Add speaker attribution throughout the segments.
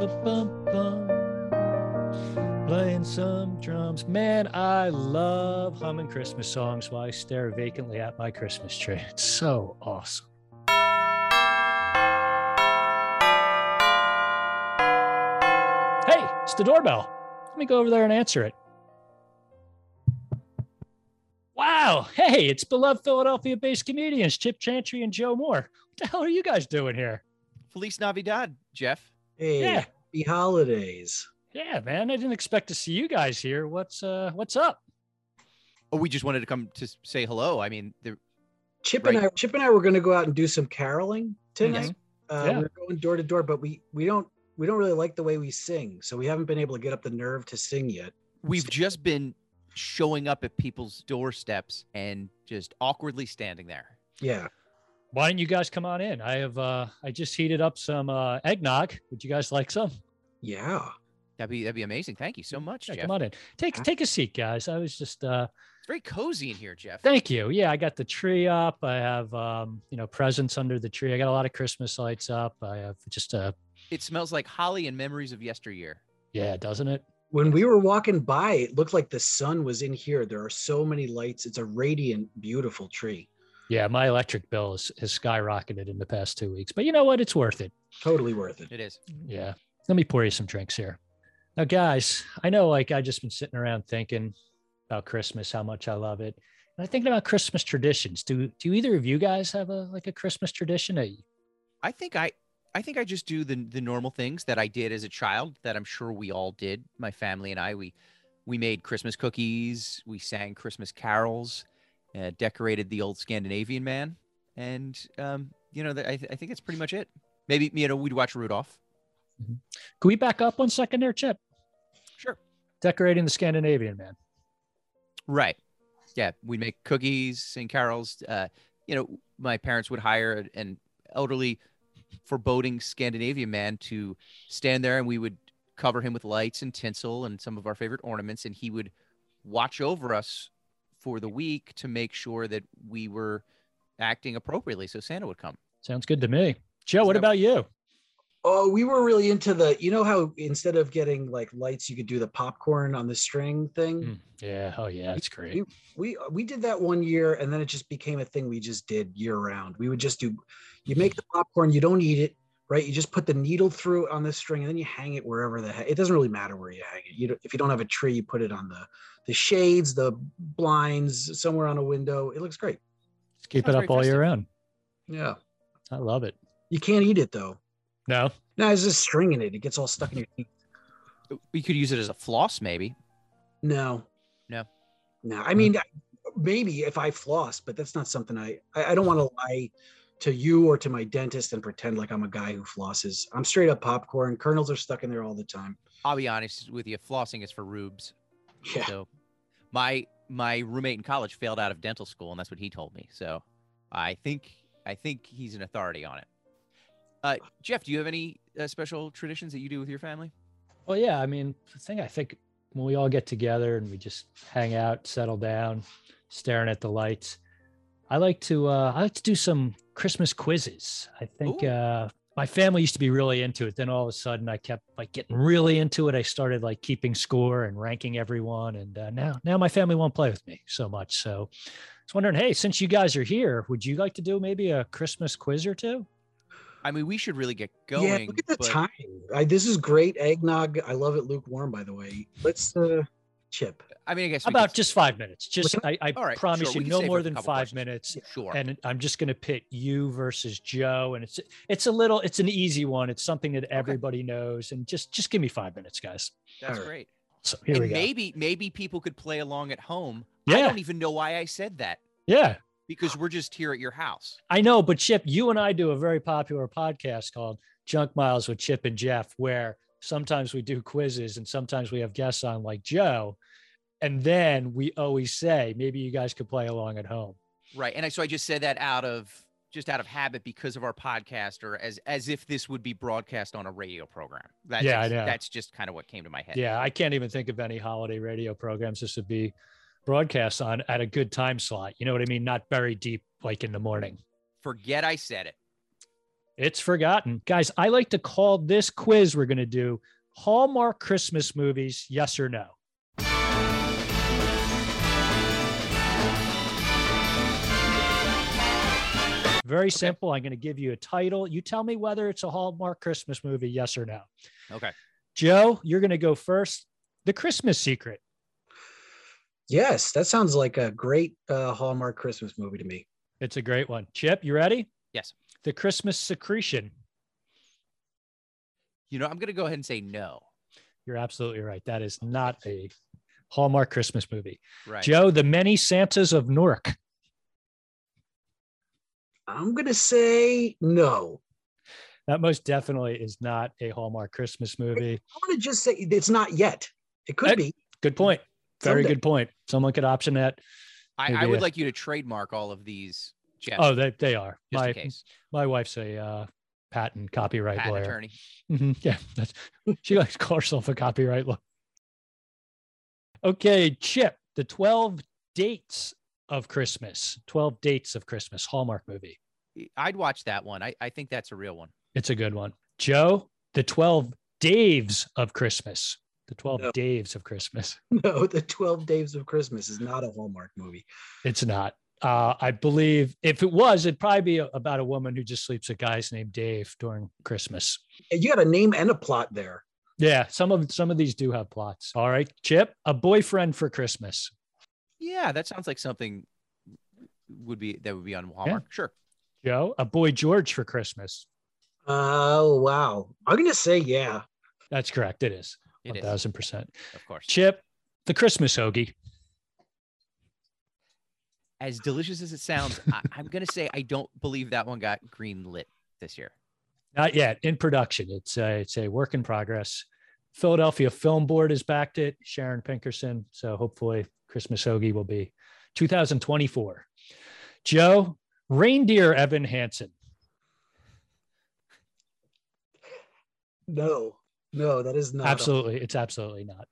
Speaker 1: Oh, Ba-bum-bum. Playing some drums. Man, I love humming Christmas songs while I stare vacantly at my Christmas tree. It's so awesome. Hey, it's the doorbell. Let me go over there and answer it. Wow. Hey, it's beloved Philadelphia based comedians Chip Chantry and Joe Moore. What the hell are you guys doing here?
Speaker 2: Feliz Navidad, Jeff.
Speaker 3: Hey,
Speaker 1: Yeah.
Speaker 3: happy holidays.
Speaker 1: Yeah, man. I didn't expect to see you guys here. What's uh what's up?
Speaker 2: Oh, we just wanted to come to s- say hello. I mean, the,
Speaker 3: Chip and
Speaker 2: Right.
Speaker 3: I, Chip and I were going to go out and do some caroling tonight. Uh,
Speaker 1: Mm-hmm. Yeah.
Speaker 3: We're going door to door, but we we don't we don't really like the way we sing, so we haven't been able to get up the nerve to sing yet.
Speaker 2: we've just been showing up at people's doorsteps and just awkwardly standing there.
Speaker 3: Yeah,
Speaker 1: Why don't you guys come on in? I have uh I just heated up some uh eggnog. Would you guys like some?
Speaker 3: yeah.
Speaker 2: That'd be that'd be amazing. Thank you so much,
Speaker 1: Yeah,
Speaker 2: Jeff.
Speaker 1: come on in. Take take a seat, guys. I was just uh
Speaker 2: It's very cozy in here, Jeff.
Speaker 1: thank you. Yeah, I got the tree up. I have um, you know, presents under the tree. I got a lot of Christmas lights up. I have just uh
Speaker 2: It smells like holly and memories of yesteryear.
Speaker 1: yeah, doesn't it?
Speaker 3: When we were walking by, it looked like the sun was in here. There are so many lights. It's a radiant, beautiful tree.
Speaker 1: Yeah, my electric bill is, has skyrocketed in the past two weeks, but you know what? It's worth it.
Speaker 3: Totally worth it.
Speaker 2: It is.
Speaker 1: Yeah. Let me pour you some drinks here. Now, guys, I know like I just been sitting around thinking about Christmas, how much I love it. And I thinking about Christmas traditions. Do do either of you guys have a like a Christmas tradition? that you-
Speaker 2: I think I I think I just do the the normal things that I did as a child that I'm sure we all did. My family and I we we made Christmas cookies, we sang Christmas carols, uh, decorated the old Scandinavian man, and um, you know, th- I, th- I think that's pretty much it. Maybe you know we'd watch Rudolph.
Speaker 1: Can we back up one second there, Chip?
Speaker 2: Sure.
Speaker 1: Decorating the Scandinavian man.
Speaker 2: Right. Yeah, we'd make cookies, sing carols. Uh, you know, my parents would hire an elderly, foreboding Scandinavian man to stand there, and we would cover him with lights and tinsel and some of our favorite ornaments, and he would watch over us for the week to make sure that we were acting appropriately. So Santa would come.
Speaker 1: Sounds good to me. Joe, what
Speaker 2: Isn't that-
Speaker 1: about you?
Speaker 3: Oh, we were really into the. You know how instead of getting like lights, you could do the popcorn on the string thing.
Speaker 2: Hmm.
Speaker 1: Mm, yeah. Oh yeah, that's great.
Speaker 3: you- we uh, we did that one year and then it just became a thing we just did year round we would just do you make the popcorn you don't eat it right you just put the needle through it on the string and then you hang it wherever the heck it doesn't really matter where you hang it you don't, if you don't have a tree you put it on the the shades the blinds somewhere on a window it looks great
Speaker 1: Just keep it
Speaker 2: Sounds
Speaker 1: up
Speaker 2: very
Speaker 1: all year
Speaker 2: festive.
Speaker 1: round.
Speaker 3: yeah
Speaker 1: I love it.
Speaker 3: you can't eat it though
Speaker 1: No.
Speaker 3: no it's just string in it it gets all stuck in your teeth
Speaker 2: We could use it as a floss, maybe.
Speaker 3: no
Speaker 2: No.
Speaker 3: no i mean I- maybe if i floss but that's not something i i, I don't want to lie to you or to my dentist and pretend like i'm a guy who flosses i'm straight up popcorn kernels are stuck in there all the time
Speaker 2: I'll be honest with you, flossing is for rubes.
Speaker 3: yeah
Speaker 2: So my my roommate in college failed out of dental school, and that's what he told me. So I think I think he's an authority on it. Uh, Jeff, do you have any uh, special traditions that you do with your family?
Speaker 1: Well, yeah. I mean, the thing I think when we all get together and we just hang out, settle down, staring at the lights, I like to uh, I like to do some Christmas quizzes. I think
Speaker 2: Ooh.
Speaker 1: uh, my family used to be really into it. Then all of a sudden, I kept like getting really into it. I started like keeping score and ranking everyone, and uh, now now my family won't play with me so much. So. I was wondering, hey, since you guys are here, would you like to do maybe a Christmas quiz or two?
Speaker 2: I mean, we should really get going.
Speaker 3: yeah look at the
Speaker 2: but
Speaker 3: time I, this is great eggnog i love it lukewarm by the way let's uh chip
Speaker 2: I mean, I guess
Speaker 1: How
Speaker 2: we could
Speaker 1: about just five minutes? Just I, I
Speaker 2: All right,
Speaker 1: promise
Speaker 2: sure, we
Speaker 1: you,
Speaker 2: can
Speaker 1: no
Speaker 2: save
Speaker 1: more
Speaker 2: a
Speaker 1: than
Speaker 2: couple
Speaker 1: five
Speaker 2: questions.
Speaker 1: minutes.
Speaker 2: s- sure.
Speaker 1: and I'm just going to pit you versus Joe, and it's it's a little it's an easy one. It's something that everybody knows, and just just give me five minutes, guys.
Speaker 2: that's
Speaker 3: all right.
Speaker 2: great.
Speaker 1: So here
Speaker 2: and
Speaker 1: we go.
Speaker 2: maybe maybe people could play along at home. I
Speaker 1: yeah,
Speaker 2: don't e- even know why I said that
Speaker 1: yeah,
Speaker 2: because we're just here at your house.
Speaker 1: I know. But Chip, you and I do a very popular podcast called Junk Miles with Chip and Jeff, where sometimes we do quizzes and sometimes we have guests on like Joe, and then we always say maybe you guys could play along at home.
Speaker 2: Right. And I, so I just said that out of just out of habit because of our podcast or as as if this would be broadcast on a radio program. That's
Speaker 1: Yeah, I
Speaker 2: just-
Speaker 1: know.
Speaker 2: that's just kind of what came to my head.
Speaker 1: Yeah, I can't even think of any holiday radio programs this would be broadcast on at a good time slot. You know what I mean? Not very deep, like in the morning.
Speaker 2: Forget I said it.
Speaker 1: It's forgotten. Guys, I like to call this quiz we're going to do Hallmark Christmas movies, yes or no? Very simple. I'm going to give you a title. You tell me whether it's a Hallmark Christmas movie, yes or no.
Speaker 2: Okay.
Speaker 1: Joe, you're going to go first. The Christmas Secret.
Speaker 3: Yes, that sounds like a great uh, Hallmark Christmas movie to me.
Speaker 1: It's a great one. Chip, you ready?
Speaker 2: Yes.
Speaker 1: The Christmas Secretion.
Speaker 2: You know, I'm going to go ahead and say no.
Speaker 1: You're absolutely right. That is not a Hallmark Christmas movie.
Speaker 2: Right.
Speaker 1: Joe, The Many Santas of Newark.
Speaker 3: I'm going to say no.
Speaker 1: That most definitely is not a Hallmark Christmas movie.
Speaker 3: I want to just say it's not yet. It could
Speaker 1: I-
Speaker 3: be.
Speaker 1: Good point. Very
Speaker 3: Someday.
Speaker 1: good point. Someone could option that.
Speaker 2: I, I
Speaker 1: Maybe
Speaker 2: would
Speaker 1: a-
Speaker 2: like you to trademark all of these, Jeff.
Speaker 1: Oh, they, they are.
Speaker 2: just in
Speaker 1: My
Speaker 2: case.
Speaker 1: my wife's a uh, patent copyright
Speaker 2: Patent
Speaker 1: lawyer.
Speaker 2: attorney.
Speaker 1: Mhm, Yeah, that's, she likes to call herself a copyright lawyer. Okay, Chip, the 12 dates of Christmas, 12 dates of Christmas, Hallmark movie.
Speaker 2: I'd watch that one. I, I think that's a real one.
Speaker 1: It's a good one. Joe, the 12 Daves of Christmas, the 12
Speaker 3: No.
Speaker 1: Daves of Christmas.
Speaker 3: No, the 12 Days of Christmas is not a Hallmark movie.
Speaker 1: It's not. Uh, I believe if it was, it'd probably be about a woman who just sleeps with guys named Dave during Christmas.
Speaker 3: You got a name and a plot there.
Speaker 1: Yeah, some of some of these do have plots. All right, Chip, a boyfriend for Christmas.
Speaker 2: Yeah, that sounds like something would be that would be on Hallmark. Sure.
Speaker 1: Joe, a boy George for Christmas.
Speaker 3: Oh, wow. I'm going to say yeah.
Speaker 1: That's correct. It is
Speaker 2: it is,
Speaker 1: 1000%.
Speaker 2: of course.
Speaker 1: Chip, the Christmas hoagie.
Speaker 2: As delicious as it sounds, I, I'm gonna say I don't believe that one got green lit this year.
Speaker 1: Not yet in production. It's a, it's a work in progress. Philadelphia Film Board has backed it, Sharon Pinkerson. So hopefully, Christmas hoagie will be 2024. Joe, reindeer Evan Hansen.
Speaker 3: No, no, that is not. a-
Speaker 1: Absolutely. It's absolutely not.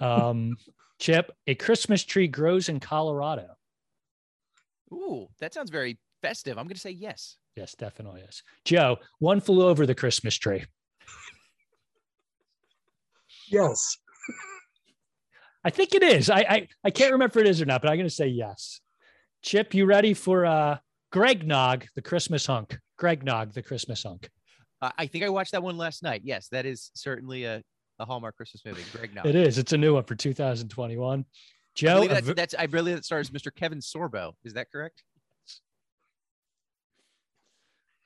Speaker 1: Um, Chip, a Christmas tree grows in Colorado.
Speaker 2: Ooh, that sounds very festive. I'm gonna say yes.
Speaker 1: Yes, definitely is. Joe, one flew over the Christmas tree.
Speaker 3: Yes.
Speaker 1: I think it is. I I, I can't remember if it is or not, but I'm going to say yes. Chip, you ready for uh, Greg Nog, the Christmas hunk? Greg Nog, the Christmas hunk.
Speaker 2: Uh, I think I watched that one last night. Yes, that is certainly a, a Hallmark Christmas movie. Greg Nog.
Speaker 1: It is. It's a new one for 2021.
Speaker 2: I
Speaker 1: Joe,
Speaker 2: believe
Speaker 1: a
Speaker 2: that's,
Speaker 1: ver-
Speaker 2: that's I believe that stars Mr. Kevin Sorbo. Is that correct?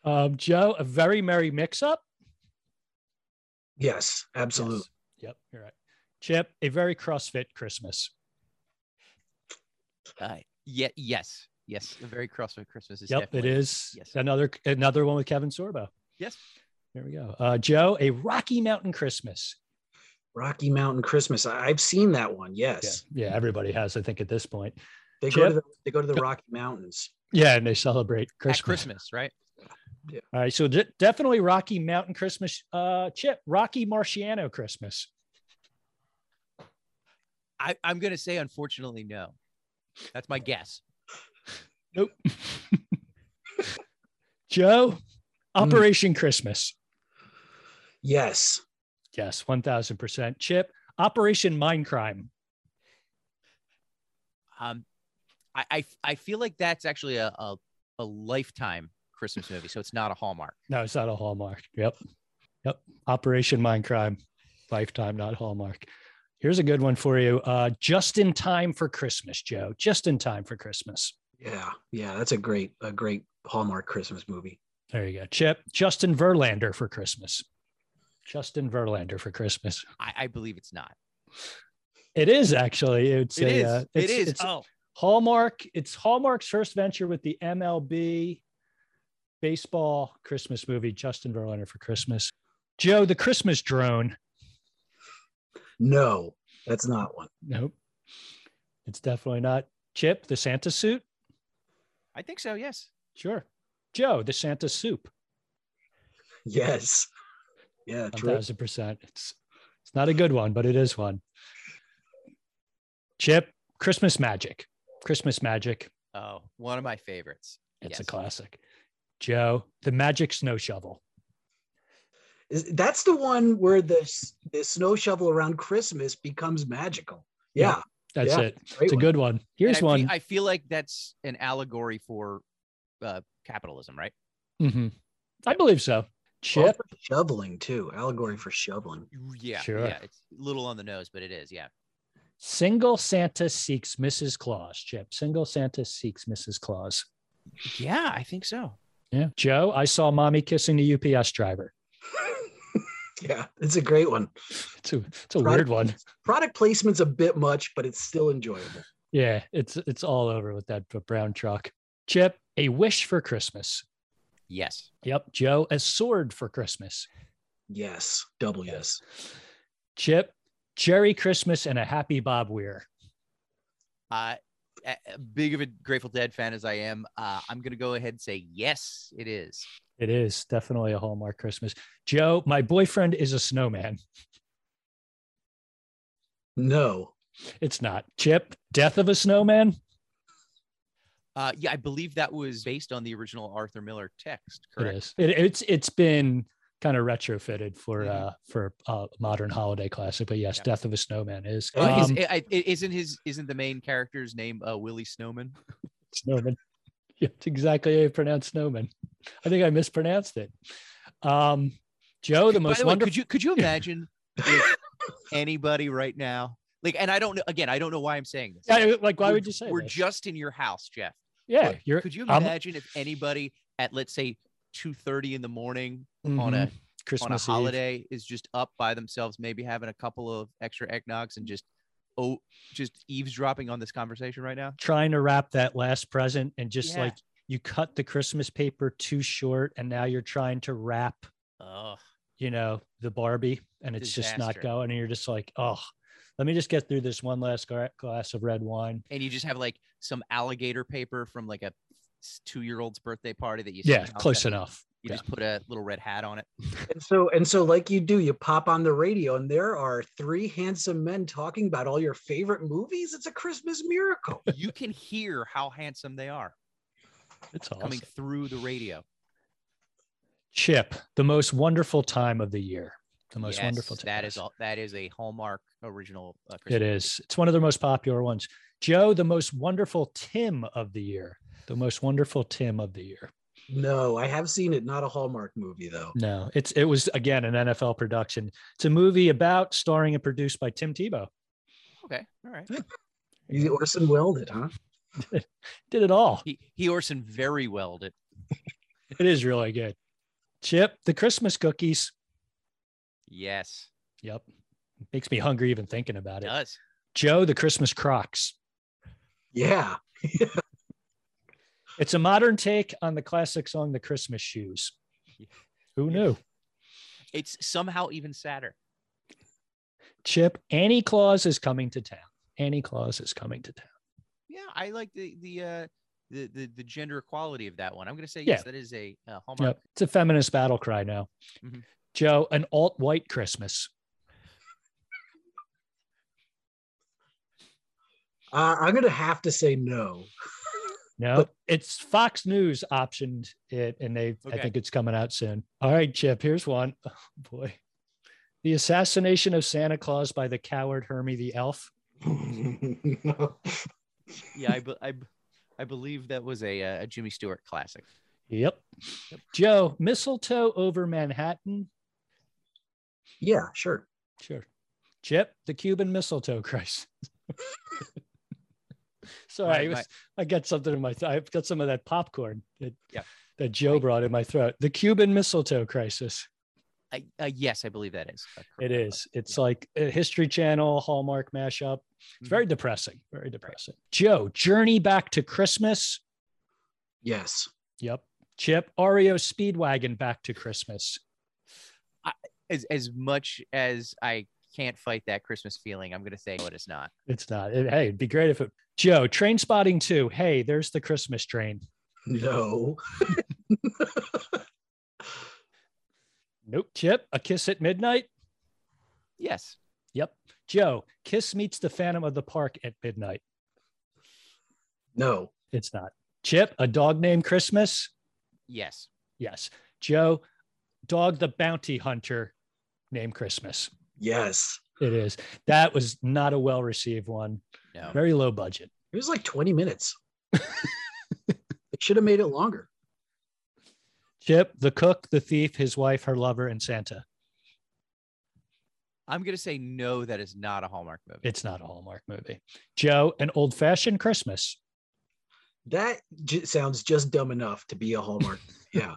Speaker 1: um, Joe, a very merry mix-up.
Speaker 3: Yes, absolutely.
Speaker 1: Yes. Yep, you're right. Chip, a very CrossFit Christmas.
Speaker 2: Uh, yeah, yes, yes. A very CrossFit Christmas is
Speaker 1: yep, it
Speaker 2: definitely
Speaker 1: is.
Speaker 2: yes.
Speaker 1: Another another one with Kevin Sorbo.
Speaker 2: Yes.
Speaker 1: There we go. Uh, Joe, a Rocky Mountain Christmas.
Speaker 3: Rocky Mountain Christmas. I- I've seen that one. Yes.
Speaker 1: Yeah, yeah, everybody has, I think, at this point.
Speaker 3: They go
Speaker 1: Chip?
Speaker 3: to the, they go to the Rocky Mountains.
Speaker 1: Yeah, and they celebrate
Speaker 2: Christmas.
Speaker 1: Christmas.
Speaker 2: at Christmas, right?
Speaker 1: All right, so de- definitely Rocky Mountain Christmas. Uh, Chip, Rocky Marciano Christmas.
Speaker 2: I, I'm gonna say unfortunately no. That's my guess.
Speaker 1: Nope. Joe,
Speaker 2: Mm.
Speaker 1: Operation Christmas.
Speaker 3: Yes.
Speaker 1: Yes, one thousand percent. Chip, Operation Mindcrime.
Speaker 2: Um, I, I I feel like that's actually a a, a lifetime Christmas movie, so it's not a Hallmark.
Speaker 1: No, it's not a Hallmark. Yep, yep. Operation Mindcrime, Lifetime, not Hallmark. Here's a good one for you. Uh, just in time for Christmas, Joe. Just in time for Christmas.
Speaker 3: Yeah. Yeah. That's a great, a great Hallmark Christmas movie.
Speaker 1: There you go, Chip. Justin Verlander for Christmas. Justin Verlander for Christmas.
Speaker 2: I, I believe it's not.
Speaker 1: It is actually. It's
Speaker 2: It
Speaker 1: a,
Speaker 2: is.
Speaker 1: uh,
Speaker 2: it
Speaker 1: it's,
Speaker 2: is.
Speaker 1: it's
Speaker 2: oh,
Speaker 1: Hallmark. It's Hallmark's first venture with the MLB baseball Christmas movie, Justin Verlander for Christmas. Joe, the Christmas drone.
Speaker 3: No, that's not one.
Speaker 1: Nope, it's definitely not. Chip, the Santa suit.
Speaker 2: I think so. Yes.
Speaker 1: Sure. Joe, the Santa soup.
Speaker 3: Yes. Yeah.
Speaker 1: One
Speaker 3: True.
Speaker 1: thousand percent. It's it's not a good one, but it is one. Chip, Christmas magic. Christmas magic.
Speaker 2: Oh, one of my favorites.
Speaker 1: It's a
Speaker 2: Yes.
Speaker 1: classic. Joe, the magic snow shovel.
Speaker 3: Is, that's the one where the, s- the snow shovel around Christmas becomes magical. Yeah,
Speaker 1: That's
Speaker 3: Yeah,
Speaker 1: it.
Speaker 3: great
Speaker 1: It's a
Speaker 3: one.
Speaker 1: good one. Here's
Speaker 2: And I fe-
Speaker 1: one.
Speaker 2: I feel like that's an allegory for uh, capitalism, right?
Speaker 1: Mhm. I believe so.
Speaker 3: Well,
Speaker 1: Chip.
Speaker 3: Oh, for shoveling too. Allegory for shoveling.
Speaker 2: Yeah.
Speaker 1: Sure.
Speaker 2: Yeah. It's a little on the nose, but it is. Yeah.
Speaker 1: Single Santa seeks Mrs. Claus. Chip. Single Santa seeks Mrs. Claus.
Speaker 2: Yeah, I think so.
Speaker 1: Yeah. Joe, I saw mommy kissing the UPS driver.
Speaker 3: yeah, it's a great one.
Speaker 1: It's a, it's a weird
Speaker 3: Product-
Speaker 1: one.
Speaker 3: Product placement's a bit much, but it's still enjoyable.
Speaker 1: Yeah. It's it's all over with that brown truck. Chip, a wish for Christmas.
Speaker 2: Yes.
Speaker 1: Yep. Joe, a sword for Christmas.
Speaker 3: Yes, double yes.
Speaker 1: Chip, Jerry Christmas and a happy Bob Weir.
Speaker 2: Uh, a- a big of a Grateful Dead fan as I am, uh, I'm going to go ahead and say, yes, it is.
Speaker 1: It is definitely a Hallmark Christmas. Joe, my boyfriend is a snowman.
Speaker 3: No.
Speaker 1: It's not. Chip, death of a snowman.
Speaker 2: Uh, yeah, I believe that was based on the original Arthur Miller text,
Speaker 1: It
Speaker 2: correct?
Speaker 1: is. It, it's it's been kind of retrofitted for
Speaker 2: Mhm.
Speaker 1: uh for uh modern holiday classic, but yes,
Speaker 2: Yeah.
Speaker 1: death of a snowman is
Speaker 3: Oh,
Speaker 2: Uh, is-
Speaker 1: um,
Speaker 2: I- I- isn't his isn't the main character's name uh, Willie Snowman?
Speaker 1: snowman. Yeah, it's exactly how you pronounce snowman. I think I mispronounced it. Um Joe, the
Speaker 2: Could- by
Speaker 1: most
Speaker 2: way,
Speaker 1: wonderful.
Speaker 2: Could you could you imagine if anybody right now? Like, and I don't know. Again, I don't know why I'm saying this.
Speaker 1: Yeah, like, why
Speaker 2: We're-
Speaker 1: would you say
Speaker 2: We're
Speaker 1: this?
Speaker 2: just in your house, Jeff.
Speaker 1: yeah,
Speaker 2: Look,
Speaker 1: you're
Speaker 2: could you
Speaker 1: I'm-
Speaker 2: imagine if anybody at let's say two thirty in the morning on
Speaker 1: mhm,
Speaker 2: a
Speaker 1: Christmas
Speaker 2: on
Speaker 1: Eve.
Speaker 2: a holiday is just up by themselves, maybe having a couple of extra eggnogs and just oh, just eavesdropping on this conversation right now?
Speaker 1: trying to wrap that last present and just
Speaker 2: Yeah.
Speaker 1: like you cut the Christmas paper too short and now you're trying to wrap,
Speaker 2: Oh,
Speaker 1: you know, the Barbie and it's just
Speaker 2: Disaster.
Speaker 1: not going. And you're just like, oh, let me just get through this one last gra- glass of red wine.
Speaker 2: and you just have like some alligator paper from like a two year old's birthday party that you
Speaker 1: Yeah,
Speaker 2: somehow
Speaker 1: close
Speaker 2: got-
Speaker 1: enough.
Speaker 2: You
Speaker 1: Yeah.
Speaker 2: just put a little red hat on it.
Speaker 3: And so and so like you do, you pop on the radio and there are three handsome men talking about all your favorite movies. It's a Christmas miracle.
Speaker 2: you can hear how handsome they are
Speaker 1: It's awesome.
Speaker 2: coming through the radio.
Speaker 1: Chip, the most wonderful time of the year. The most
Speaker 2: Yes,
Speaker 1: wonderful time.
Speaker 2: That is
Speaker 1: Yes,
Speaker 2: all. That is a hallmark original. Uh,
Speaker 1: It is. It's one of the most popular ones. Joe, the most wonderful Tim of the year. The most wonderful Tim of the year.
Speaker 3: No, I have seen it, not a Hallmark movie though.
Speaker 1: No, it's it was again an NFL production. It's a movie about, starring, and produced by Tim Tebow.
Speaker 2: Okay. All right.
Speaker 3: You Orson Welles it, huh?
Speaker 1: Did it all.
Speaker 2: He he Orson very well did.
Speaker 1: It is really good. Chip, the Christmas cookies.
Speaker 2: Yes.
Speaker 1: Yep, makes me hungry even thinking about it.
Speaker 2: Does.
Speaker 1: Joe, the Christmas Crocs.
Speaker 3: Yeah.
Speaker 1: It's a modern take on the classic song "The Christmas Shoes." Who knew?
Speaker 2: It's somehow even sadder.
Speaker 1: Chip, Annie Claus is coming to town. Annie Claus is coming to town.
Speaker 2: Yeah, I like the the uh the the, the gender equality of that one. I'm gonna say
Speaker 1: Yeah.
Speaker 2: yes. That is a uh, hallmark.
Speaker 1: Yep, it's a feminist battle cry now.
Speaker 2: Mhm.
Speaker 1: Joe, an alt-white Christmas.
Speaker 3: Uh, I'm gonna have to say no.
Speaker 1: No, it's Fox News optioned it, and they I
Speaker 2: Okay.
Speaker 1: think it's coming out soon. All right, Chip, here's one. Oh, boy, the assassination of Santa Claus by the coward Hermie the Elf.
Speaker 3: no.
Speaker 2: Yeah, I, be- I be- I believe that was a uh, a Jimmy Stewart classic.
Speaker 1: Yep. Joe, mistletoe over Manhattan.
Speaker 3: Yeah, sure.
Speaker 1: Sure. Chip, the Cuban mistletoe crisis.
Speaker 2: My-
Speaker 1: Sorry, I,
Speaker 2: my-
Speaker 1: was, I got something in my. Th- I've got some of that popcorn that
Speaker 2: Yeah.
Speaker 1: that Joe brought in my throat. The Cuban mistletoe crisis.
Speaker 2: I, uh, yes, I believe that is. a cor-
Speaker 1: It
Speaker 2: uh,
Speaker 1: is. It's
Speaker 2: yeah.
Speaker 1: like a History Channel Hallmark mashup. It's
Speaker 2: Mhm.
Speaker 1: very depressing. Very depressing. Joe, Journey Back to Christmas.
Speaker 3: Yes.
Speaker 1: Yep. Chip, Oreo Speedwagon Back to Christmas.
Speaker 2: as as much as I can't fight that Christmas feeling, I'm gonna say no, it is not.
Speaker 1: It's not. it- hey, it'd be great if it. Joe, Train Spotting 2. Hey, there's the Christmas train.
Speaker 3: No.
Speaker 1: Nope. Chip, A Kiss at Midnight.
Speaker 2: Yes.
Speaker 1: Yep. Joe, Kiss meets the Phantom of the Park at midnight.
Speaker 3: No.
Speaker 1: It's not. Chip, A Dog Named Christmas.
Speaker 2: Yes.
Speaker 1: Yes. Joe, Dog the Bounty Hunter named Christmas.
Speaker 3: Yes.
Speaker 1: It is. That was not a well received one.
Speaker 2: No.
Speaker 1: Very low budget.
Speaker 3: It was like 20 minutes. they should have made it longer.
Speaker 1: Chip, the cook, the thief, his wife, her lover, and Santa.
Speaker 2: I'm gonna say no. That is not a Hallmark movie.
Speaker 1: It's not a Hallmark movie. Joe, an old fashioned Christmas.
Speaker 3: That j- sounds just dumb enough to be a Hallmark. yeah.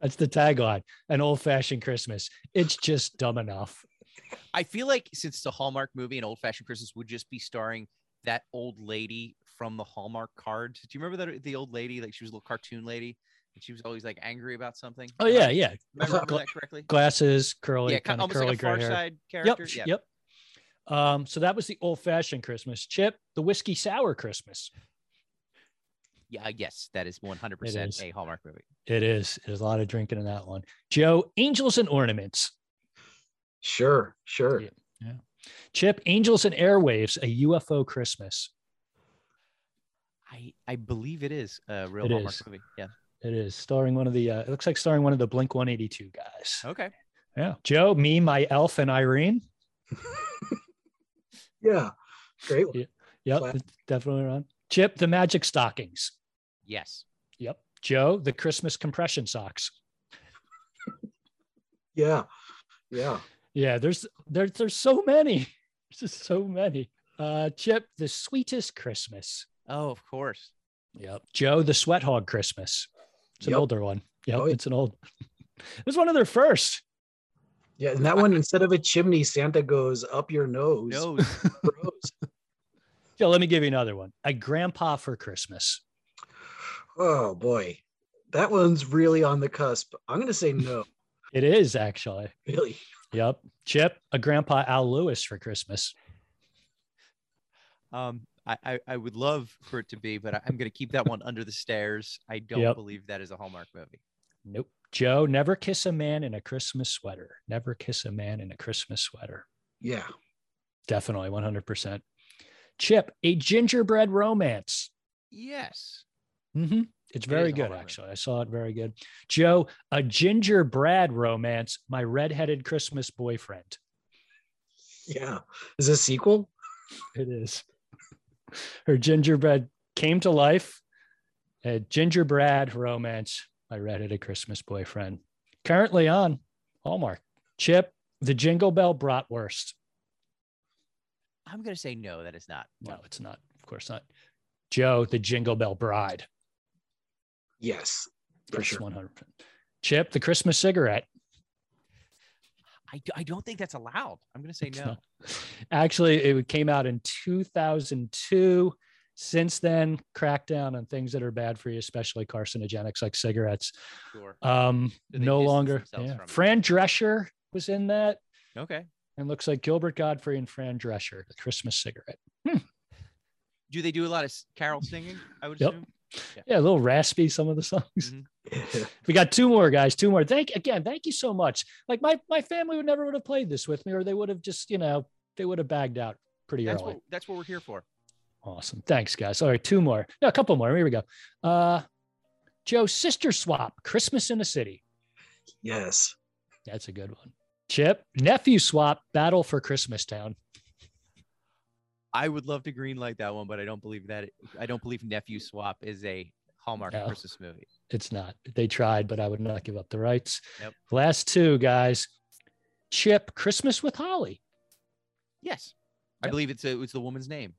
Speaker 1: That's the tagline. An old fashioned Christmas. It's just dumb enough.
Speaker 2: I feel like since it's a Hallmark movie, an old-fashioned Christmas would just be starring that old lady from the Hallmark card. Do you remember that the old lady? Like she was a little cartoon lady, and she was always like angry about something.
Speaker 1: Oh, yeah. Yeah.
Speaker 2: remember, remember that correctly?
Speaker 1: Glasses, curly,
Speaker 2: Yeah, kind of
Speaker 1: kind of
Speaker 2: almost
Speaker 1: curly
Speaker 2: like a
Speaker 1: gray
Speaker 2: Far
Speaker 1: hair.
Speaker 2: Side
Speaker 1: Yep.
Speaker 2: character. Yeah.
Speaker 1: Yep. Um, so that was the old fashioned Christmas. Chip, the whiskey sour Christmas.
Speaker 2: Yeah, yes, that is 100%
Speaker 1: is.
Speaker 2: a Hallmark movie.
Speaker 1: It is. There's a lot of drinking in that one. Joe, angels and ornaments.
Speaker 3: Sure. Sure.
Speaker 1: Yeah. Chip, angels and airwaves, a UFO Christmas.
Speaker 2: I I believe it is a real
Speaker 1: It
Speaker 2: Hallmark
Speaker 1: is.
Speaker 2: movie. Yeah.
Speaker 1: It is starring one of the. Uh, it looks like starring one of the Blink 182 guys.
Speaker 2: Okay.
Speaker 1: Yeah, Joe, me, my elf, and Irene.
Speaker 3: Yeah. Great. one.
Speaker 1: Yep,
Speaker 3: Classic.
Speaker 1: it's definitely on. Chip, the magic stockings.
Speaker 2: Yes.
Speaker 1: Yep. Joe, the Christmas compression socks.
Speaker 3: Yeah. Yeah.
Speaker 1: Yeah, there's there's there's so many. There's just so many. Uh, Chip, the sweetest Christmas.
Speaker 2: Oh, of course.
Speaker 1: Yep. Joe, the sweat hog Christmas. It's an
Speaker 3: Yep.
Speaker 1: older one. Yep,
Speaker 3: Oh, yeah.
Speaker 1: it's an old. it was one of their first.
Speaker 3: Yeah. And that one, instead of a chimney, Santa goes up your nose.
Speaker 2: No.
Speaker 3: Gross.
Speaker 1: Joe, let me give you another one. A grandpa for Christmas.
Speaker 3: Oh boy. That one's really on the cusp. I'm gonna say no,
Speaker 1: It is actually.
Speaker 3: really.
Speaker 1: Yep. Chip, a grandpa Al Lewis for Christmas.
Speaker 2: um, I, I I would love for it to be, but I, I'm going to keep that one under the stairs. I don't
Speaker 1: Yep.
Speaker 2: believe that is a Hallmark movie.
Speaker 1: Nope. Joe, never kiss a man in a Christmas sweater. Never kiss a man in a Christmas sweater.
Speaker 3: Yeah.
Speaker 1: Definitely 100%. Chip, a gingerbread romance.
Speaker 2: Yes.
Speaker 1: hmm It's
Speaker 2: It
Speaker 1: very
Speaker 2: is a
Speaker 1: good,
Speaker 2: Hallmark.
Speaker 1: actually. I saw it very good. Joe, a gingerbread romance, my redheaded Christmas boyfriend.
Speaker 3: Yeah. Is this a sequel?
Speaker 1: It is. Her gingerbread came to life. A gingerbread romance. I read it a Christmas boyfriend. Currently on Hallmark. Chip, the Jingle Bell Bratwurst.
Speaker 2: I'm going to say no, that is not.
Speaker 1: No, it's not. Of course not. Joe, the Jingle Bell Bride.
Speaker 3: Yes. For
Speaker 1: That's
Speaker 3: sure.
Speaker 1: 100%. Chip, the Christmas cigarette.
Speaker 2: I, d- I don't think that's allowed. I'm going to say
Speaker 1: It's
Speaker 2: no.
Speaker 1: not. Actually, it came out in 2002. Since then, crackdown on things that are bad for you, especially carcinogenics like cigarettes.
Speaker 2: Sure.
Speaker 1: Um,
Speaker 2: So they
Speaker 1: no
Speaker 2: distance
Speaker 1: longer.
Speaker 2: themselves
Speaker 1: yeah.
Speaker 2: from it.
Speaker 1: Fran Drescher was in that,
Speaker 2: Okay.
Speaker 1: and looks like Gilbert Godfrey and Fran Drescher, the Christmas cigarette.
Speaker 2: Do they do a lot of s- carol singing? I would
Speaker 1: Yep.
Speaker 2: assume.
Speaker 1: Yeah, a little raspy some of the songs.
Speaker 2: Mhm.
Speaker 1: We got two more guys, two more. Thank again, thank you so much. Like my my family would never would have played this with me, or they would have just you know they would have bagged out pretty
Speaker 2: That's
Speaker 1: early.
Speaker 2: what that's what we're here for.
Speaker 1: Awesome, thanks guys. All right, two more, no, a couple more. Here we go. Uh, Joe, sister swap, Christmas in the city.
Speaker 3: Yes.
Speaker 1: That's a good one. Chip, nephew swap, battle for Christmas Town.
Speaker 2: I would love to greenlight that one, but I don't believe that. It, I don't believe Nephew Swap is a Hallmark
Speaker 1: No.
Speaker 2: Christmas movie.
Speaker 1: It's not. They tried, but I would not give up the rights.
Speaker 2: Yep.
Speaker 1: Last two guys. Chip, Christmas with Holly.
Speaker 2: Yes. I
Speaker 1: Yep.
Speaker 2: believe it's a, it's the woman's name.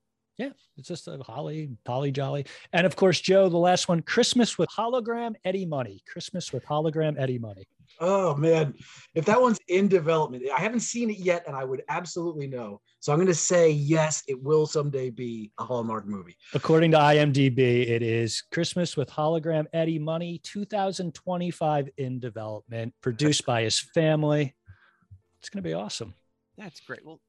Speaker 1: It's just a holly, polly jolly. And of course, Joe, the last one, Christmas with hologram Eddie Money. Christmas with hologram Eddie Money.
Speaker 3: Oh man. If that one's in development, I haven't seen it yet, and I would absolutely know. So I'm gonna say yes, it will someday be a Hallmark movie.
Speaker 1: According to IMDb, it is Christmas with hologram Eddie Money, 2025 in development, produced by his family. It's going to be awesome.
Speaker 2: That's great. Well,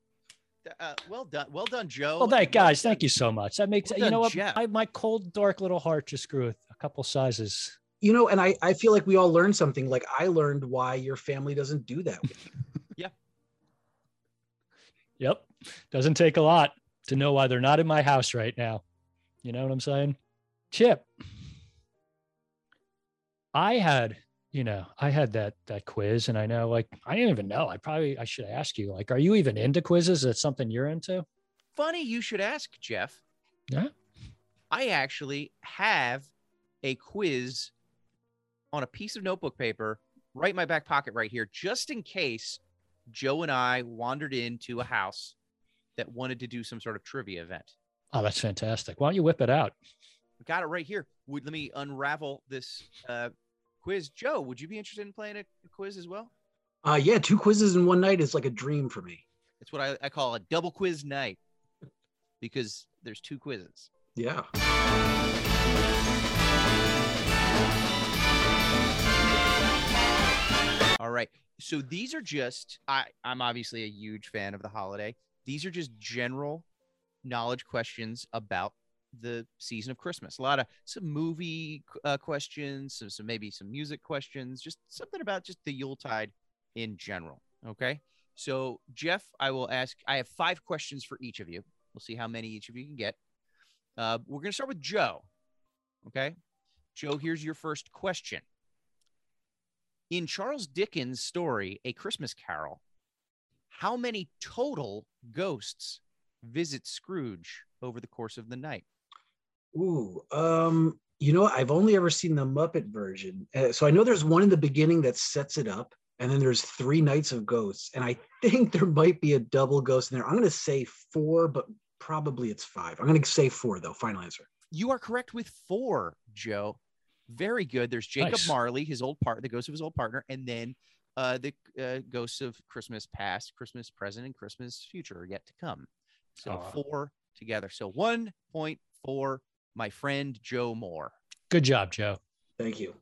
Speaker 2: th- uh, well done. Well done, Joe.
Speaker 1: Well, thank
Speaker 2: and well
Speaker 1: guys. Thank
Speaker 2: done-
Speaker 1: you so much. That makes
Speaker 2: Well
Speaker 1: you
Speaker 2: done,
Speaker 1: know what
Speaker 2: Jeff.
Speaker 1: I, my cold, dark little heart just grew a, a couple sizes.
Speaker 3: You know, and I, I feel like we all learned something. Like I learned why your family doesn't do that.
Speaker 1: Yep. Doesn't take a lot to know why they're not in my house right now. You know what I'm saying? Chip. I had, you know, I had that that quiz, and I know, like, I didn't even know. I probably I should ask you, like, are you even into quizzes? Is that something you're into?
Speaker 2: Funny you should ask, Jeff.
Speaker 1: Yeah.
Speaker 2: I actually have a quiz on a piece of notebook paper right in my back pocket right here, just in case Joe and I wandered into a house that wanted to do some sort of trivia event.
Speaker 1: Oh, that's fantastic. Why don't you whip it out?
Speaker 2: I've got it right here. Would let me unravel this uh, quiz. Joe, would you be interested in playing a, a quiz as well?
Speaker 3: Uh, yeah, two quizzes in one night is like a dream for me.
Speaker 2: It's what I, I call a double quiz night because there's two quizzes.
Speaker 3: Yeah.
Speaker 2: All right. So these are just I I'm obviously a huge fan of the holiday. These are just general knowledge questions about the season of Christmas. A lot of some movie uh, questions, some some maybe some music questions, just something about just the Yuletide in general. Okay. So Jeff, I will ask. I have five questions for each of you. We'll see how many each of you can get. Uh, we're gonna start with Joe. Okay. Joe, here's your first question. In Charles Dickens' story, A Christmas Carol, how many total ghosts visit Scrooge over the course of the night?
Speaker 3: Ooh, um, you know, I've only ever seen the Muppet version, uh, so I know there's one in the beginning that sets it up, and then there's three nights of ghosts, and I think there might be a double ghost in there. I'm going to say four, but probably it's five. I'm going to say four though. Final answer.
Speaker 2: You are correct with four, Joe. Very good. There's Jacob
Speaker 1: Nice.
Speaker 2: Marley, his old part, the ghost of his old partner, and then uh, the uh, ghosts of Christmas past, Christmas present, and Christmas future are yet to come. So
Speaker 1: Aw.
Speaker 2: four together. So one point for my friend Joe Moore.
Speaker 1: Good job, Joe.
Speaker 3: Thank you.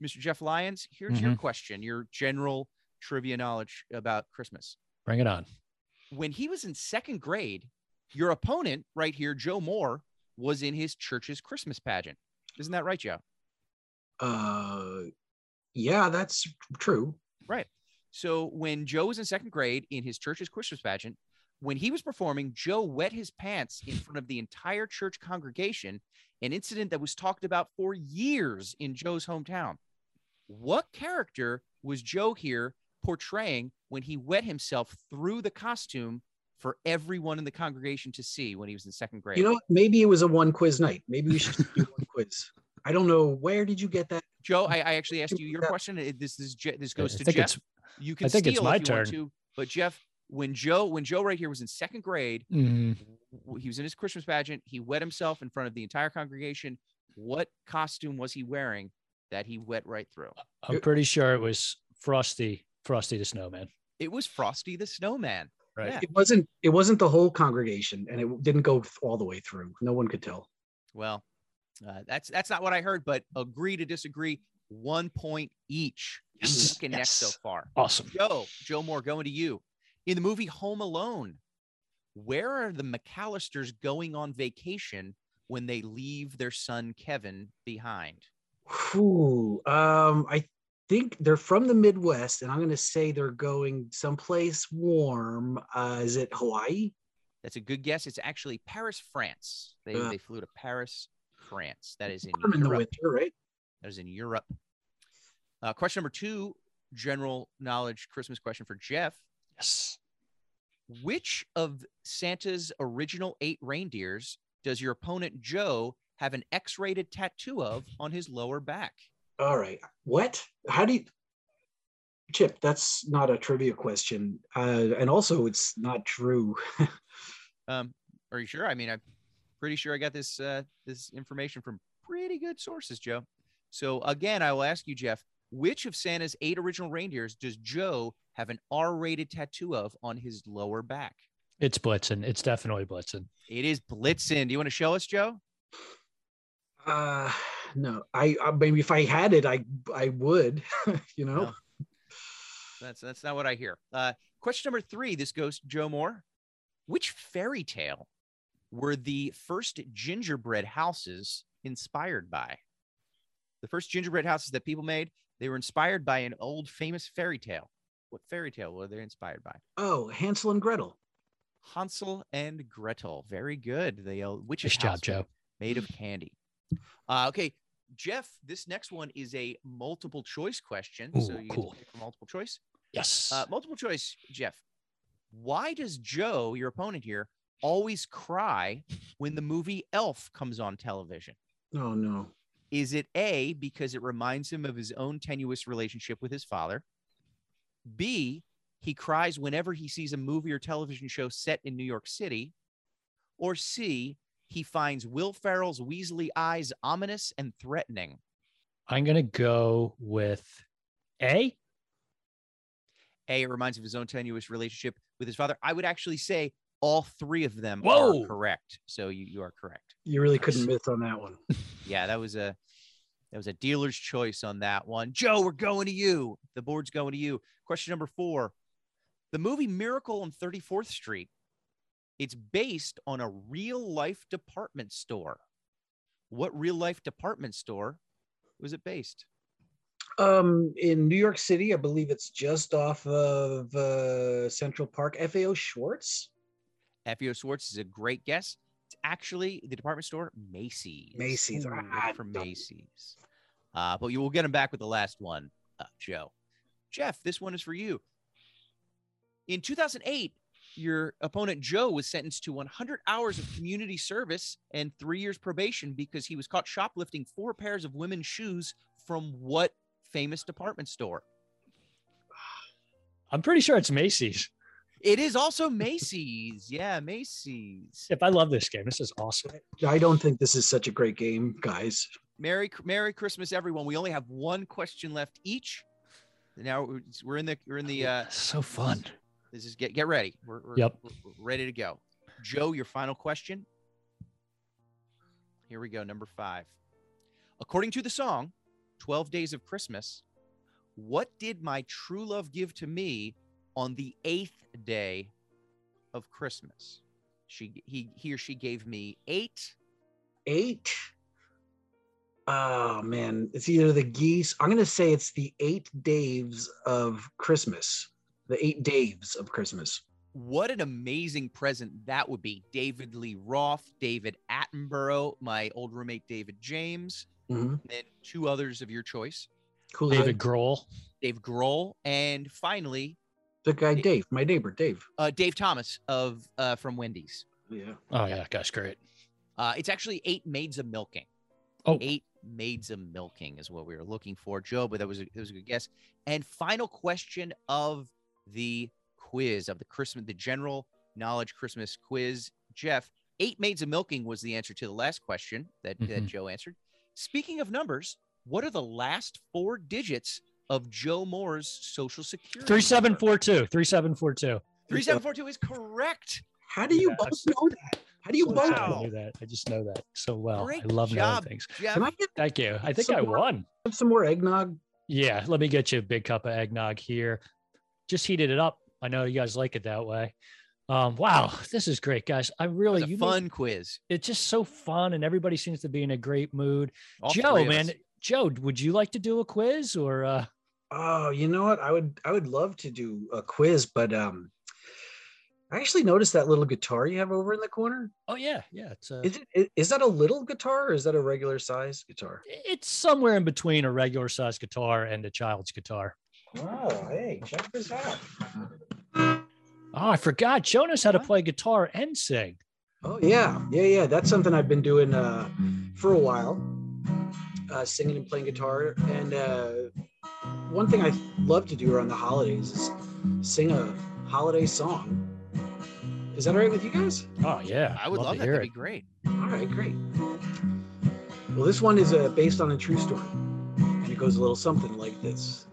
Speaker 2: Mr. Jeff Lyons, here's your question, your general trivia knowledge about Christmas.
Speaker 1: Bring it on.
Speaker 2: When he was in second grade, your opponent right here, Joe Moore, was in his church's Christmas pageant. Isn't that right, Joe?
Speaker 3: Uh, yeah, that's true.
Speaker 2: So when Joe was in second grade in his church's Christmas pageant, when he was performing, Joe wet his pants in front of the entire church congregation, an incident that was talked about for years in Joe's hometown. What character was Joe here portraying when he wet himself through the costume for everyone in the congregation to see when he was in second grade?
Speaker 3: You know, maybe it was a one quiz night. Maybe we should do one quiz. I don't know where did you get that.
Speaker 2: Joe, I, I actually asked you your question. It- This is Je- this goes
Speaker 1: I
Speaker 2: to
Speaker 1: think
Speaker 2: Jeff.
Speaker 1: it's
Speaker 2: You can
Speaker 1: I think
Speaker 2: steal
Speaker 1: it's my
Speaker 2: if you want
Speaker 1: turn.
Speaker 2: to, but Jeff, when Joe when Joe right here was in second grade,
Speaker 1: mm,
Speaker 2: w- he was in his Christmas pageant. He wet himself in front of the entire congregation. What costume was he wearing that he wet right through?
Speaker 1: I'm pretty sure it was Frosty, Frosty the Snowman.
Speaker 2: It was Frosty the Snowman.
Speaker 1: Right.
Speaker 2: Yeah.
Speaker 3: It wasn't. It wasn't the whole congregation, and it didn't go all the way through. No one could tell.
Speaker 2: Well, uh, that's that's not what I heard, but agree to disagree. One point each.
Speaker 1: Yes,
Speaker 2: Neck and neck so
Speaker 1: yes.
Speaker 2: far.
Speaker 1: Awesome.
Speaker 2: Joe, Joe Moore, going to you. In the movie Home Alone, where are the McAllisters going on vacation when they leave their son Kevin behind?
Speaker 3: Ooh, um, I think they're from the Midwest, and I'm going to say they're going someplace warm. Uh, is it Hawaii?
Speaker 2: That's a good guess. It's actually Paris, France. They,
Speaker 3: Uh.
Speaker 2: they flew to Paris, France. That is in
Speaker 3: Warm in the
Speaker 2: Europe.
Speaker 3: winter, right?
Speaker 2: That is in Europe. Uh, question number two, general knowledge Christmas question for Jeff.
Speaker 1: Yes.
Speaker 2: Which of Santa's original eight reindeers does your opponent Joe have an X-rated tattoo of on his lower back?
Speaker 3: All right. What? How do you? Chip, that's not a trivia question, uh, and also it's not true.
Speaker 2: Um, are you sure? I mean, I'm pretty sure I got this uh, this information from pretty good sources, Joe. So again, I will ask you, Jeff, which of Santa's eight original reindeers does Joe have an R-rated tattoo of on his lower back?
Speaker 1: It's Blitzen. It's definitely Blitzen.
Speaker 2: It is Blitzen. Do you want to show us, Joe?
Speaker 3: Uh, no, I, I maybe if I had it, I I would. you know.
Speaker 2: No. That's that's not what I hear. Uh, question number three. This goes to Joe Moore. Which fairy tale were the first gingerbread houses inspired by? The first gingerbread houses that people made, they were inspired by an old famous fairy tale. What fairy tale were they inspired by?
Speaker 3: Oh, Hansel and Gretel.
Speaker 2: Hansel and Gretel. Very good. The uh, witch's
Speaker 1: Nice job,
Speaker 2: house
Speaker 1: Joe.
Speaker 2: made of candy. Uh, okay, Jeff, this next one is a multiple choice question. so
Speaker 1: Ooh,
Speaker 2: you get to
Speaker 1: cool.
Speaker 2: pick from multiple choice.
Speaker 1: Yes.
Speaker 2: Uh, multiple choice, Jeff. Why does Joe, your opponent here, always cry when the movie Elf comes on television?
Speaker 3: Oh no.
Speaker 2: Is it A, because it reminds him of his own tenuous relationship with his father? B, he cries whenever he sees a movie or television show set in New York City? Or C, he finds Will Ferrell's Weasley eyes ominous and threatening?
Speaker 1: I'm gonna go with A.
Speaker 2: A, it reminds him of his own tenuous relationship with his father. I would actually say all three of them
Speaker 1: Whoa.
Speaker 2: are correct. So you, you are correct.
Speaker 3: You really couldn't miss on that one.
Speaker 2: Yeah, that was a that was a dealer's choice on that one. Joe, we're going to you. The board's going to you. Question number four. The movie Miracle on 34th Street. It's based on a real life department store. What real life department store was it based?
Speaker 3: Um, in New York City, I believe it's just off of uh, Central Park. FAO Schwartz,
Speaker 2: FEO Schwartz E is a great guess. It's actually the department store Macy's.
Speaker 3: Macy's.
Speaker 2: Ooh,
Speaker 3: Ah,
Speaker 2: from
Speaker 3: dumb.
Speaker 2: Macy's. Uh, but you will get him back with the last one, uh, Joe. Jeff, this one is for you. In 2008, your opponent Joe was sentenced to 100 hours of community service and three years probation because he was caught shoplifting four pairs of women's shoes from what famous department store?
Speaker 1: I'm pretty sure it's Macy's.
Speaker 2: It is also Macy's. Yeah, Macy's.
Speaker 1: If I love this game, this is awesome.
Speaker 3: I don't think this is such a great game, guys.
Speaker 2: Merry Merry Christmas, everyone. We only have one question left each. Now we're- we're in the we're in the uh,
Speaker 1: so fun.
Speaker 2: this is get get ready. We're, we're,
Speaker 1: Yep.
Speaker 2: we're- we're ready to go. Joe, your final question. Here we go. Number five. According to the song, 12 Days of Christmas, what did my true love give to me on the eighth day of Christmas? She he he or she gave me eight.
Speaker 3: Eight. Oh man, it's either the geese. I'm gonna say it's the eight Daves of Christmas. The eight Daves of Christmas.
Speaker 2: what an amazing present that would be. David Lee Roth, David Attenborough, my old roommate David James,
Speaker 3: Mhm.
Speaker 2: and then two others of your choice,
Speaker 3: Cool.
Speaker 1: David Grohl.
Speaker 2: Dave Grohl, and finally
Speaker 3: the guy Dave, my neighbor Dave.
Speaker 2: uh, Dave Thomas of uh, from Wendy's.
Speaker 3: Yeah.
Speaker 1: Oh yeah, gosh, great.
Speaker 2: Uh, it's actually eight maids of milking.
Speaker 1: Oh.
Speaker 2: Eight maids of milking is what we were looking for, Joe. But that was a, that was a good guess. And final question of the quiz of the Christmas, the general knowledge Christmas quiz, Jeff. Eight maids of milking was the answer to the last question that, that
Speaker 1: Mhm.
Speaker 2: Joe answered. Speaking of numbers, what are the last four digits of Joe Moore's social security?
Speaker 1: Three seven
Speaker 2: number?
Speaker 1: four two. Three seven four two.
Speaker 2: 3742 is correct.
Speaker 3: How do you
Speaker 1: Yeah,
Speaker 3: both
Speaker 1: that's-
Speaker 3: know that? How do you
Speaker 2: Wow.
Speaker 3: both?
Speaker 1: I knew that. I just know that so well.
Speaker 2: Great
Speaker 1: I love knowing
Speaker 2: job,
Speaker 1: things.
Speaker 2: Jeff.
Speaker 3: Can I get
Speaker 1: Thank you. I think I
Speaker 3: Someone-
Speaker 1: won.
Speaker 3: some more eggnog?
Speaker 1: Yeah, let me get you a big cup of eggnog here. Just heated it up. I know you guys like it that way. Um, wow, this is great, guys. I
Speaker 2: It was
Speaker 1: really
Speaker 2: a
Speaker 1: you made-
Speaker 2: fun quiz.
Speaker 1: it's just so fun, and everybody seems to be in a great mood.
Speaker 2: All three
Speaker 1: Joe,
Speaker 2: of
Speaker 1: man,
Speaker 2: us.
Speaker 1: Joe, would you like to do a quiz or? Uh,
Speaker 3: Oh, you know what? I would I would love to do a quiz, but um I actually noticed that little guitar you have over in the corner.
Speaker 1: oh yeah, yeah. It's uh,
Speaker 3: Is it i- is that a little guitar or is that a regular size guitar?
Speaker 1: it's somewhere in between a regular size guitar and a child's guitar.
Speaker 3: Oh, hey, check this out.
Speaker 1: Oh, I forgot. Joe knows how to
Speaker 2: Huh?
Speaker 1: play guitar and sing.
Speaker 3: Oh yeah, yeah, yeah. That's something I've been doing uh for a while. Uh singing and playing guitar. And uh one thing I love to do around the holidays is sing a holiday song. Is that all right with you guys?
Speaker 1: Oh yeah,
Speaker 2: I would love,
Speaker 1: to
Speaker 2: that.
Speaker 1: hear
Speaker 2: That'd
Speaker 1: it.
Speaker 2: be great.
Speaker 3: All right, great. Well, this one is uh, based on a true story, and it goes a little something like this.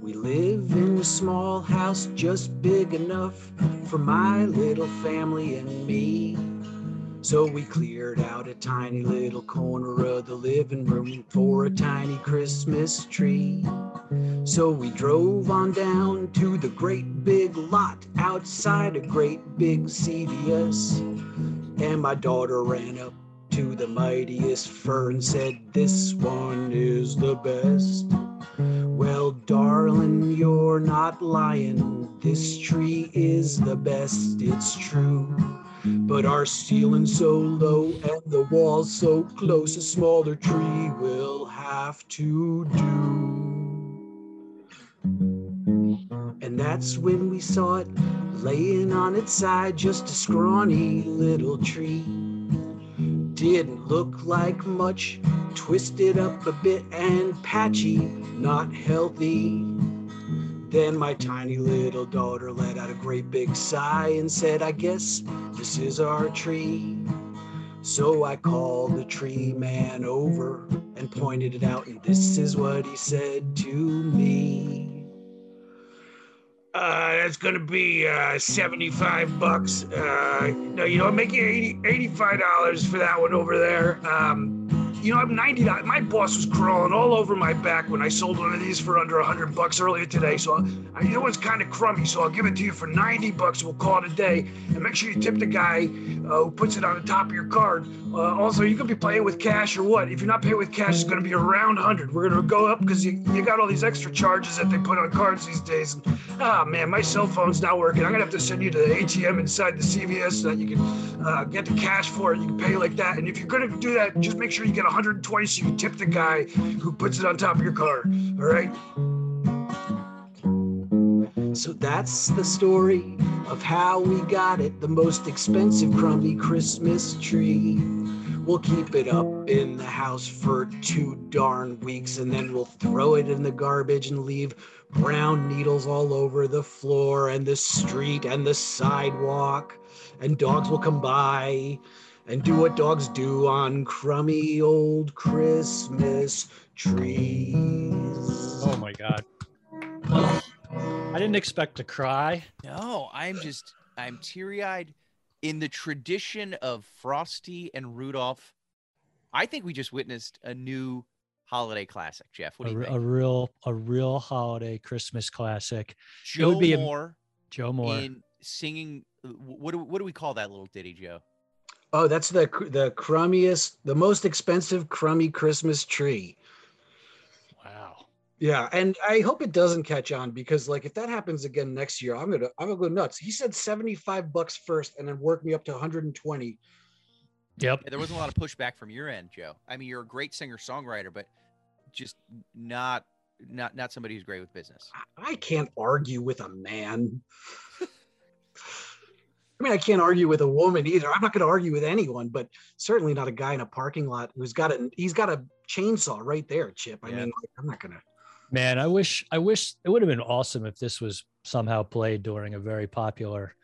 Speaker 3: We live in a small house just big enough for my little family and me. So we cleared out a tiny little corner of the living room for a tiny Christmas tree. So we drove on down to the great big lot outside a great big CVS. And my daughter ran up to the mightiest fir and said, This one is the best. Well, darling, you're not lying. This tree is the best, it's true. But our ceiling's so low and the wall's so close, a smaller tree will have to do. And that's when we saw it laying on its side, just a scrawny little tree. Didn't look like much, twisted up a bit and patchy, not healthy. Then my tiny little daughter let out a great big sigh and said, I guess this is our tree. So I called the tree man over and pointed it out, and this is what he said to me. Uh, that's gonna be uh, 75 bucks. Uh, no, you know, make it 80, 85 dollars for that one over there. Um, you know, I'm 90. My boss was crawling all over my back when I sold one of these for under 100 bucks earlier today. So, I, you know, it's kind of crummy. So I'll give it to you for 90 bucks. We'll call it a day. And make sure you tip the guy uh, who puts it on the top of your card. Uh, also, you could be paying with cash or what? If you're not paying with cash, it's going to be around 100. We're going to go up because you, you got all these extra charges that they put on cards these days. And, ah, man, my cell phone's not working. I'm going to have to send you to the ATM inside the CVS so that you can uh, get the cash for it. You can pay like that. And if you're going to do that, just make sure you get 120 so you can tip the guy who puts it on top of your card. All right. So that's the story of how we got it the most expensive crummy Christmas tree. We'll keep it up in the house for two darn weeks and then we'll throw it in the garbage and leave brown needles all over the floor and the street and the sidewalk. And dogs will come by and do what dogs do on crummy old Christmas trees.
Speaker 1: Oh my god. I didn't expect to cry.
Speaker 2: No, I'm just I'm teary-eyed in the tradition of Frosty and Rudolph. I think we just witnessed a new holiday classic, Jeff. What
Speaker 1: A,
Speaker 2: do you
Speaker 1: r- a
Speaker 2: think?
Speaker 1: real a real holiday Christmas classic.
Speaker 2: Joe
Speaker 1: would be a-
Speaker 2: Moore
Speaker 1: Joe Moore.
Speaker 2: in singing uh, what do, what do we call that little ditty, Joe?
Speaker 3: Oh, that's the cr- the crummiest, the most expensive crummy Christmas tree.
Speaker 1: wow.
Speaker 3: Yeah, and I hope it doesn't catch on because like if that happens again next year, I'm gonna I'm gonna go nuts. He said 75 bucks first and then work me up to 120.
Speaker 1: Yep.
Speaker 2: Yeah, there wasn't a lot of pushback from your end, Joe. I mean, you're a great singer songwriter, but just not not not somebody who's great with business.
Speaker 3: I- I can't argue with a man. I mean, I can't argue with a woman either. I'm not gonna argue with anyone, but certainly not a guy in a parking lot who's got a he's got a chainsaw right there, Chip. I
Speaker 2: Yeah.
Speaker 3: mean, like, I'm not gonna
Speaker 1: Man, I wish I wish it would have been awesome if this was somehow played during a very popular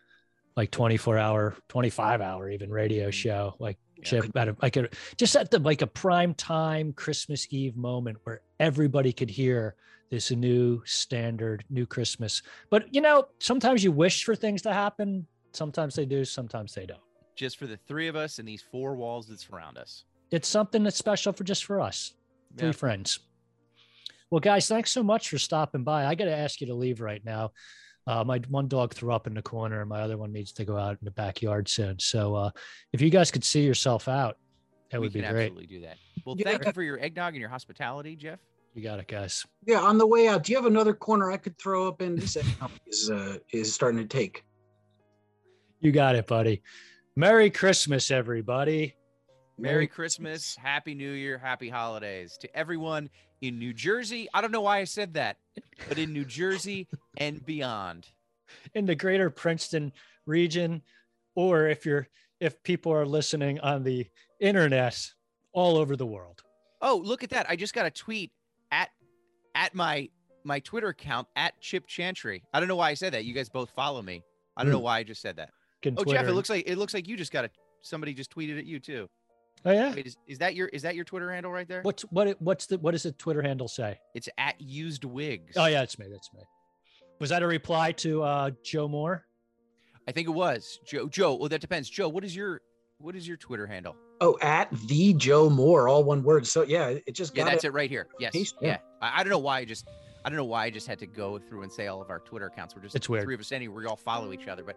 Speaker 1: like 24 hour, 25 hour even radio show. Like
Speaker 2: Yeah.
Speaker 1: Chip, at a, like a, just at the like a prime time Christmas Eve moment where everybody could hear this new standard, new Christmas. But you know, sometimes you wish for things to happen. Sometimes they do, sometimes they don't.
Speaker 2: Just for the three of us and these four walls that surround us.
Speaker 1: It's something that's special for just for us. three
Speaker 2: Yeah.
Speaker 1: friends. Well, guys, thanks so much for stopping by. I got to ask you to leave right now. Uh, my one dog threw up in the corner, and my other one needs to go out in the backyard soon. So, uh, if you guys could see yourself out, that
Speaker 2: we
Speaker 1: would be
Speaker 2: can
Speaker 1: great.
Speaker 2: absolutely do that. Well,
Speaker 3: Yeah.
Speaker 2: thank you for your eggnog and your hospitality, Jeff.
Speaker 1: You got it, guys.
Speaker 3: Yeah, on the way out, do you have another corner I could throw up in? This eggnog is uh, is starting to take.
Speaker 1: You got it, buddy. Merry Christmas, everybody.
Speaker 2: Merry Christmas, Happy New Year, Happy Holidays to everyone in New Jersey. I don't know why I said that, but in New Jersey and beyond.
Speaker 1: in the greater Princeton region, or if you're if people are listening on the internet all over the world.
Speaker 2: Oh, look at that! I just got a tweet at at my my Twitter account at Chip Chantry. I don't know why I said that. You guys both follow me. I don't know why I just said that.
Speaker 1: Can
Speaker 2: Oh, Jeff,
Speaker 1: Hmm. Twitter-
Speaker 2: it looks like it looks like you just got a somebody just tweeted at you too.
Speaker 1: Oh yeah.
Speaker 2: Wait, is, is that your is that your Twitter handle right there?
Speaker 1: What's what? it- What's the what does the Twitter handle say?
Speaker 2: It's at Used Wigs.
Speaker 1: Oh yeah, it's me. That's me. Was that a reply to uh, Joe Moore?
Speaker 2: I think it was Joe. Joe. Well, that depends. Joe, what is your what is your Twitter handle?
Speaker 3: Oh, at the Joe Moore, all one word. So yeah, it just
Speaker 2: Yeah,
Speaker 3: got
Speaker 2: that's
Speaker 3: it.
Speaker 2: it right here. Yes.
Speaker 3: Paste, yeah.
Speaker 2: Yeah. I, I don't know why I just I don't know why I just had to go through and say all of our Twitter accounts. We're just
Speaker 1: It's weird.
Speaker 2: three of us anyway. We all follow each other, but